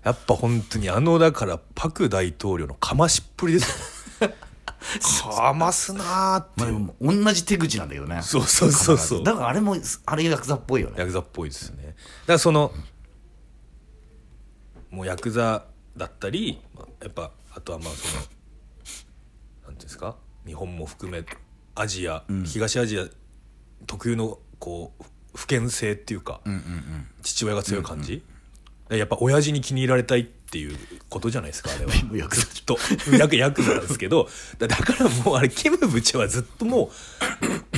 S2: やっぱ本当にあのだからパク大統領のかましっぷりです よ。かますなーっ
S1: まあ
S2: て
S1: で
S2: いう。
S1: も同じ手口なんだけどね
S2: そうそうそうそ
S1: 必
S2: う
S1: ずだからあれもあれヤクザっぽいよね
S2: ヤクザっぽいですよね。だからそのもうヤクザだったり、まあやっぱあとはまあそのなんていうんですか、日本も含めアジア、東アジア特有のこう不健性っていうか、父親が強い感じ。やっぱ親父に気に入られたいっていうことじゃないですかあれは
S1: もうヤクザ
S2: ずっとヤクヤクザなんですけどだだからもうあれキム部長はずっとも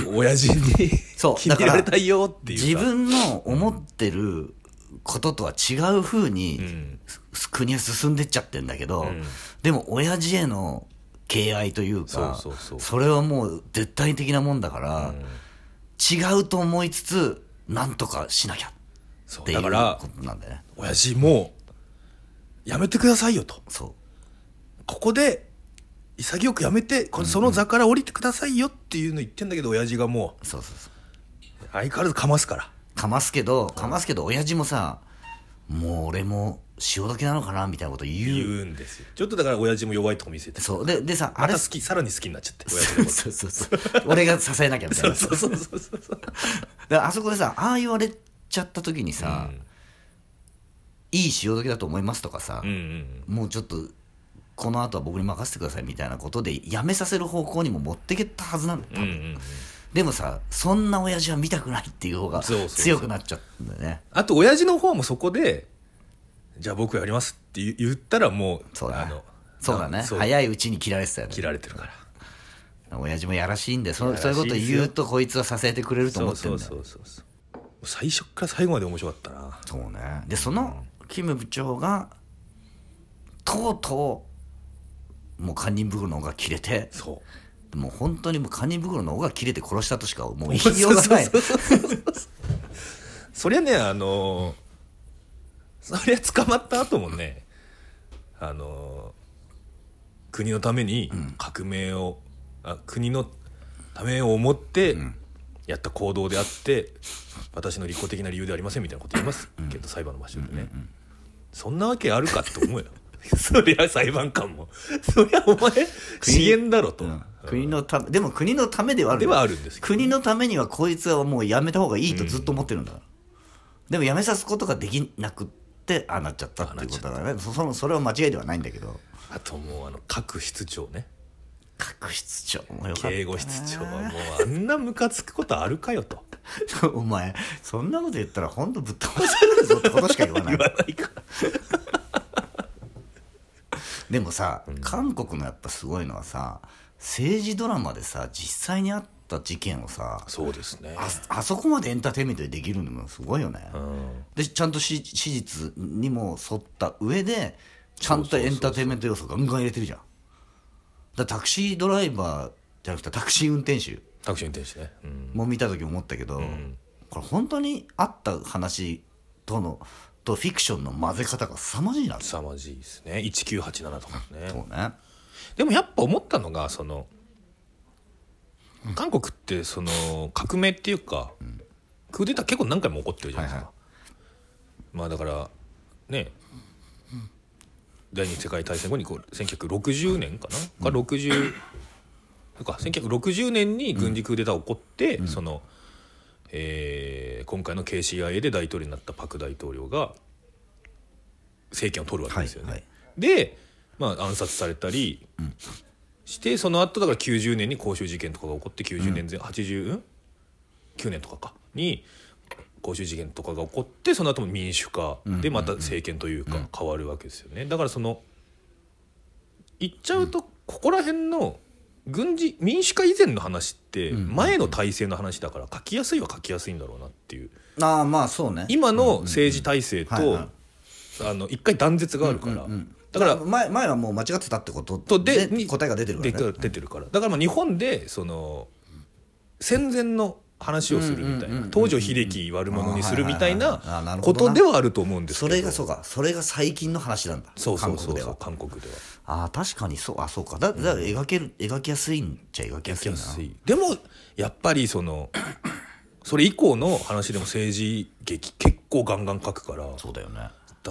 S2: う親父に
S1: そう
S2: 気に入られたいよっていうか
S1: 自分の思ってることとは違う風に、
S2: ん
S1: す国は進んでっちゃってんだけど、
S2: ん
S1: でも親父への敬愛というか
S2: そうそうそう
S1: れはもう絶対的なもんだから、違うと思いつつなんとかしなきゃ
S2: そ
S1: っ
S2: う
S1: ていう
S2: だ
S1: こ
S2: から
S1: となんだよね
S2: 親父もうやめてくださいよと
S1: そ
S2: ここで潔くやめてこその座から降りてくださいよっていうの言ってんだけど親父がも
S1: うそうそうそう
S2: う相変わらずかますから
S1: かますけどかますけど親父もさもう俺も潮時なのかなみたいなこと
S2: 言
S1: 言う
S2: うんですよちょっとだから親父も弱いとこ見せて
S1: そうででさあ
S2: ま
S1: れ
S2: た好きさらに好きになっちゃって親父
S1: そう そうそうそう俺が支えなきゃみたいな
S2: そうそうそうそうそう
S1: だからあそこでさああ言われちゃった時にさ、いい潮時だと思いますとかさ、
S2: うんうん
S1: もうちょっとこの後は僕に任せてくださいみたいなことでやめさせる方向にも持ってけたはずなんだよ、
S2: うんうんうん
S1: でもさそんな親父は見たくないっていう方が
S2: そうそうそう
S1: 強くなっちゃったんだよね
S2: あと親父の方もそこでじゃあ僕やりますって言言ったらもう
S1: そうだ
S2: あ
S1: ね
S2: の
S1: そうだね
S2: そう
S1: 早いうちに切られてたよね
S2: 切られてるから
S1: 親父もやらしいんでそ
S2: やらし
S1: そ
S2: いうで
S1: いう
S2: すよ
S1: こと言うとこいつはさせてくれると
S2: そ
S1: 思
S2: う
S1: って
S2: そ
S1: る
S2: うん
S1: だよ
S2: そうそうそう最初から最後まで面白かったな
S1: そうねでそのキム部長がとうとうもう堪忍袋の方が切れて
S2: そう
S1: もう本当にもう堪忍袋の方が切れて殺したとしか もう言いようがない
S2: そうそうそうそう そりゃねあのーそりゃ捕まった後もねあのー国のために革命を、あ国のためを思ってやった行動であって、私の利己的な理由ではありませんみたいなこと言いますけど、裁判の場所でね、そんなわけあるかって思うよ そりゃ裁判官もそりゃお前資源だろと、
S1: うん国のためでも国のためではある
S2: ではあるんですけど
S1: 国のためにはこいつはもうやめた方がいいとずっと思ってるんだから、でもやめさすことができなくってああなっちゃったっていうことだねそそのそれは間違いではないんだけど
S2: あともうあの各室長ね
S1: 各室長もよかったね
S2: 警護室長はもうあんなムカつくことあるかよと
S1: お前そんなこと言ったら本当ぶっ飛ばされるぞってことしか言わな
S2: 言
S1: い
S2: わないか
S1: でもさ、韓国のやっぱすごいのはさ政治ドラマでさ実際にあった事件をさ
S2: そうですね
S1: ああそこまでエンターテインメントでできるのもすごいよね、
S2: うん
S1: でちゃんとし史実にも沿った上でちゃんとエンターテインメント要素ガンガン入れてるじゃんだからタクシードライバーじゃなくてタクシー運転手
S2: タクシー運転手ね、うん、
S1: も見た時思ったけど、これ本当にあった話とのとフィクションの混ぜ方が凄まじいな
S2: 凄まじいですね1987とか
S1: そう
S2: ね
S1: ね
S2: でもやっぱ思ったのがその韓国ってその革命っていうか、クーデター結構何回も起こってるじゃないですか、
S1: はいは
S2: まあだからね第二次世界大戦後にこう1960年かな、か60そうか1960年に軍事クーデター起こって、その、えー今回の KCIA で大統領になったパク大統領が政権を取るわけですよね。
S1: はいはい
S2: で、まあ、暗殺されたりしてその後だから90年に公衆事件とかが起こって90年前、89年とかかに公衆事件とかが起こってその後も民主化でまた政権というか変わるわけですよね。だからその言っちゃうとここら辺の軍事民主化以前の話って前の体制の話だから書きやすいは書きやすいんだろうなっていう
S1: ああまあそうね
S2: 今の政治体制
S1: うんうんうんはい
S2: と
S1: はい
S2: あの一回断絶があるから、だから
S1: 前前はもう間違ってたってこと
S2: と
S1: で
S2: でに
S1: 答えが出てるか
S2: で
S1: らね
S2: 出てるからだからまあ日本でその戦前の話をするみたいな東條英機悪者にするみたい
S1: あーはいはいはいあーな
S2: な
S1: るほ
S2: こ
S1: どな
S2: とではあると思うんですけ
S1: そ
S2: ど
S1: れがそうかそれが最近の話なんだ
S2: そうそうそうそう
S1: 韓国では
S2: 韓国で
S1: あ
S2: は
S1: あ確かにそうあそうかだだから描ける、描きやすいんじゃ描きやすいな
S2: でもやっぱりそのそれ以降の話でも政治劇結構ガンガン書くから
S1: そうだよね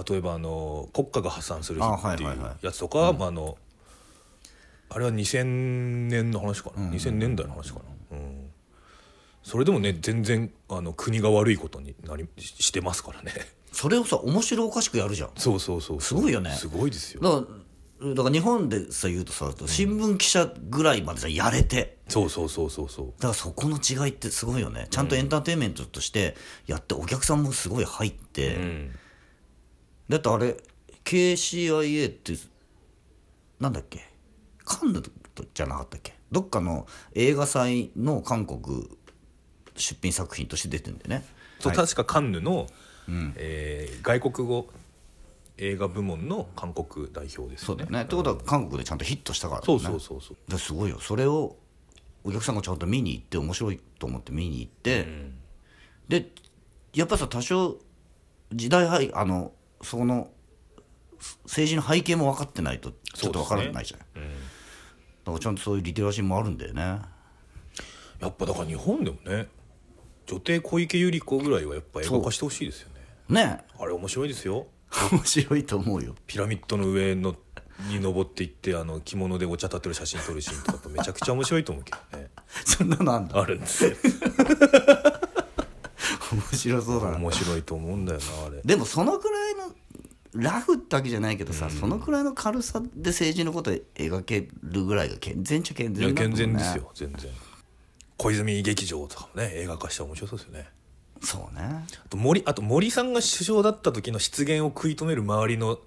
S2: 例えばあの国家が破産する日
S1: あはい
S2: ってい
S1: はいうはい
S2: やつとかまああのあれは2000年の話かな、2000年代の話かな、うん、それでもね全然あの国が悪いことになりししてますからね
S1: それをさ面白おかしくやるじゃん
S2: そうそうそう
S1: すごいよね
S2: すごいですよ
S1: だからだから日本でさ言うとさ新聞記者ぐらいまでさやれて
S2: そうそうそうそうそう
S1: だからそこの違いってすごいよねちゃんとエンターテインメントとしてやってお客さんもすごい入って、
S2: ん
S1: だってあれ KCIA ってなんだっけカンヌじゃなかったっけどっかの映画祭の韓国出品作品として出てんだよね
S2: そう、確かカンヌの、えー外国語映画部門の韓国代表です
S1: そうだよね、ってことは韓国でちゃんとヒットしたから、ね、
S2: そうそうそうそう
S1: ですごいよそれをお客さんがちゃんと見に行って面白いと思って見に行って、でやっぱさ多少時代背あのそのす政治の背景も分かってないとちょっと分からないじゃん、だからちゃんとそういうリテラシーもあるんだよね
S2: やっぱだから日本でもね女帝小池百合子ぐらいはやっぱ映画化してほしいですよね
S1: ね
S2: あれ面白いですよ
S1: え面白いと思うよ
S2: ピラミッドの上のに登っていってあの着物でお茶立ってる写真撮るシーンとかやっぱめちゃくちゃ面白いと思うけどね
S1: そんなのあんだ
S2: あるんですよ
S1: 面白そうだな
S2: 面白いと思うんだよなあれ
S1: でもそのくらいのラフってわけじゃないけどさ、そのくらいの軽さで政治のこと描けるぐらいが健全っちゃ健
S2: いや
S1: 全だと
S2: 健
S1: 思うね
S2: 全ですよ全然小泉劇場とかもね映画化したら面白そうですよね
S1: そうね
S2: あと森あと森さんが首相だった時の失言を食い止める周り の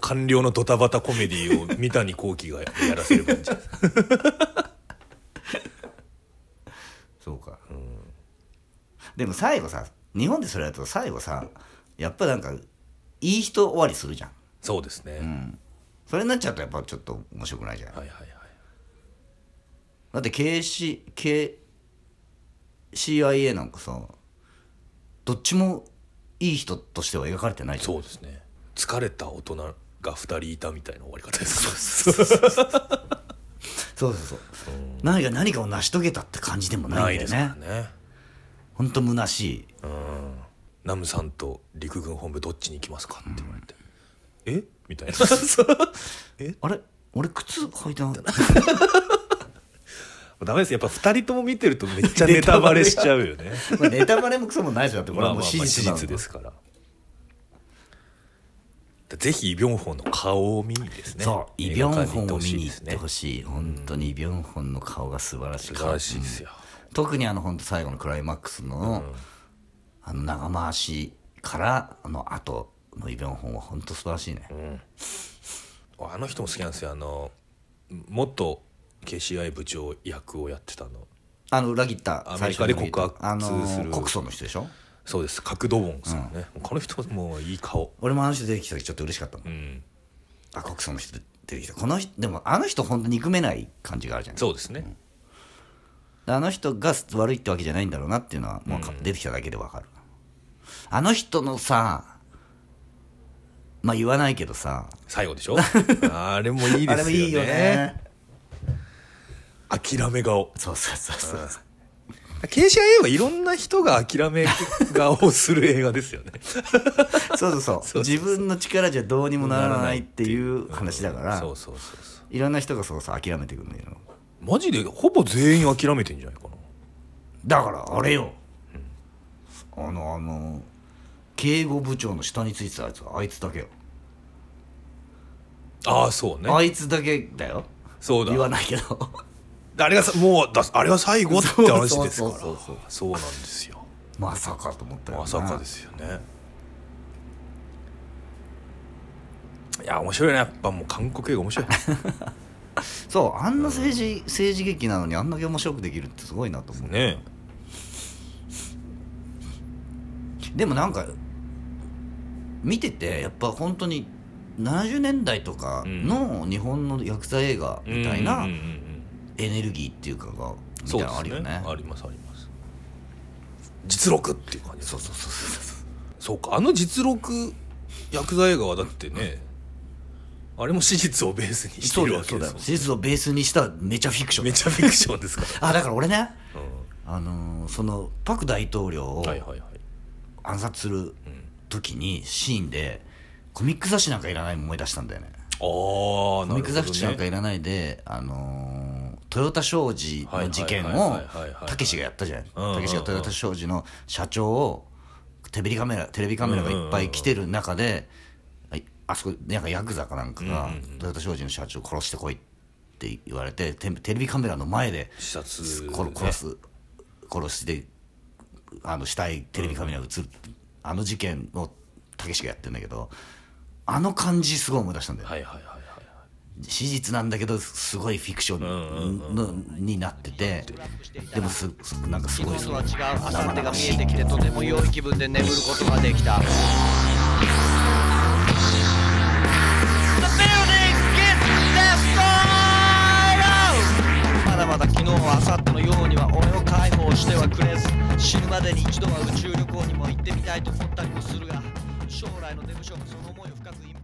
S2: 官僚のドタバタコメディを三谷幸喜がやらせる感じ
S1: そうか、でも最後さ日本でそれやると最後さやっぱなんかいい人終わりするじゃん
S2: そうですね、
S1: それになっちゃうとやっぱちょっと面白くないじゃん、
S2: はいはいはい
S1: だって KC K CIA なんかさどっちもいい人としては描かれてないじゃん
S2: そうですね疲れた大人が2人いたみたいな終わり方 ですそうそう
S1: そうそうそう、何が何かを成し遂げたって感じでも
S2: な
S1: ないいんだ
S2: で
S1: よ
S2: すから
S1: ね
S2: ね
S1: ほんと虚しい
S2: ナムさんと陸軍本部どっちに行きますかって言われて、えみたいなそう
S1: あれ俺靴履いてなかった
S2: ダメですやっぱ2人とも見てるとめっちゃネタバレしちゃうよ ね
S1: まあネタバレもクソもないじゃんってこれ
S2: まあ
S1: は
S2: まあ
S1: も
S2: ま
S1: う
S2: あ
S1: 史
S2: 事
S1: 実
S2: 実ですすからぜひイ・ビョンホンの顔を見にですね
S1: そうイ・ビ
S2: 映
S1: ョ
S2: 画
S1: ン
S2: 館
S1: ホンを見に行
S2: です
S1: っ
S2: ね
S1: てほしい本当にイ・ビョンホンの顔が素晴らし
S2: 素
S1: い
S2: 晴らしいですよ、
S1: 特にあの本当最後のクライマックスの,、あの長回しからあの後のイ・ビョンホンは本当素晴らしいね、
S2: あの人も好きなんですよあの元 KCI 部長役をやってたの
S1: あの裏切った
S2: アメリカで告白
S1: あの
S2: する
S1: 告訴の人でしょ
S2: そうです角ドボンさんね、この人もいい顔
S1: 俺もあの人出てきた時ちょっと嬉しかったもん
S2: うん
S1: あ国葬の人出てきたこの人でもあの人本当憎めない感じがあるじゃん
S2: そうですね、
S1: あの人が悪いってわけじゃないんだろうなっていうのはもうか出てきただけでわかる、あの人のさまあ言わないけどさ
S2: 最後で しょあれもいいですよね
S1: あれもいいよね
S2: 諦め顔
S1: そうそうそうそうそう
S2: KCIA はいろんな人が諦め顔をする映画ですよね
S1: そうそうそう自分の力じゃどうにもならないっていう話だから、
S2: そうそうそうそ
S1: いろんな人がそうそう諦めてくるんだけど
S2: うマジでほぼ全員諦めてんじゃないかな
S1: だからあれよ、あのあの警護部長の下についてたあいつあいつだけよ
S2: ああそうね
S1: あいつだけだよ
S2: そうだ
S1: 言わないけど
S2: あれがさもうだあれは最後って話ですか
S1: そうそ
S2: ら
S1: うそうそう
S2: そうなんですよ
S1: まさかと思ったよな
S2: まさかですよねいや面白いねやっぱもう韓国映画面白い
S1: そうあんな政治、政治劇なのにあんだけ面白くできるってすごいなと思う
S2: ね
S1: でもなんか見ててやっぱ本当に70年代とかの日本のヤクザ映画みたい
S2: うん
S1: な
S2: うんうんうん
S1: エネルギーっていうかがみた
S2: そ
S1: いうな
S2: で
S1: の
S2: す
S1: あるよね
S2: ありますあります実録っていう感じです
S1: そうそうそうそう
S2: そうかあの実録薬剤映画はだってねあれも史実をベースにして
S1: そう
S2: る
S1: だ
S2: わ
S1: よ
S2: け
S1: そう
S2: で
S1: だ
S2: す
S1: よ
S2: もん
S1: 史実をベースにしためちゃフィクション
S2: めちゃフィクションですから、
S1: あだから俺ね
S2: う
S1: あのーそのパク大統領を
S2: ん、はいはいはい
S1: 暗殺する時にシーンでコミック雑誌なんかいらないも思い出したんだよね
S2: ああ
S1: コ
S2: な
S1: ミッ
S2: る
S1: ク
S2: ほ
S1: 雑誌なん
S2: ど
S1: か
S2: ね
S1: いらないで、あのー豊田商事の事件
S2: は
S1: を
S2: いはいはいはいはいはい
S1: たけしがやったじゃない
S2: うんうんうん
S1: たけしが豊田商事の社長をテレビカメラテレビカメラがいっぱい来てる中で、はいあそこなんかヤクザかなんかが豊田商事の社長殺してこいって言われてテテレビカメラの前で
S2: 視察
S1: 殺
S2: ね
S1: 殺す殺してあの死体テレビカメラが映る、あの事件をたけしがやってるんだけどあの感じすごい思い出したんだよね
S2: はいはいはいはい
S1: 史実なんだけどすごいフィクションのになっててでもすすなんかすごい
S3: とは違う朝手が見えてきてとても良い気分で眠ることができた The building gets destroyed まだまだ昨日は明後日のようには俺を解放してはくれず死ぬまでに一度は宇宙旅行にも行ってみたいと思ったりもするが将来の出不詳もその思いを深く今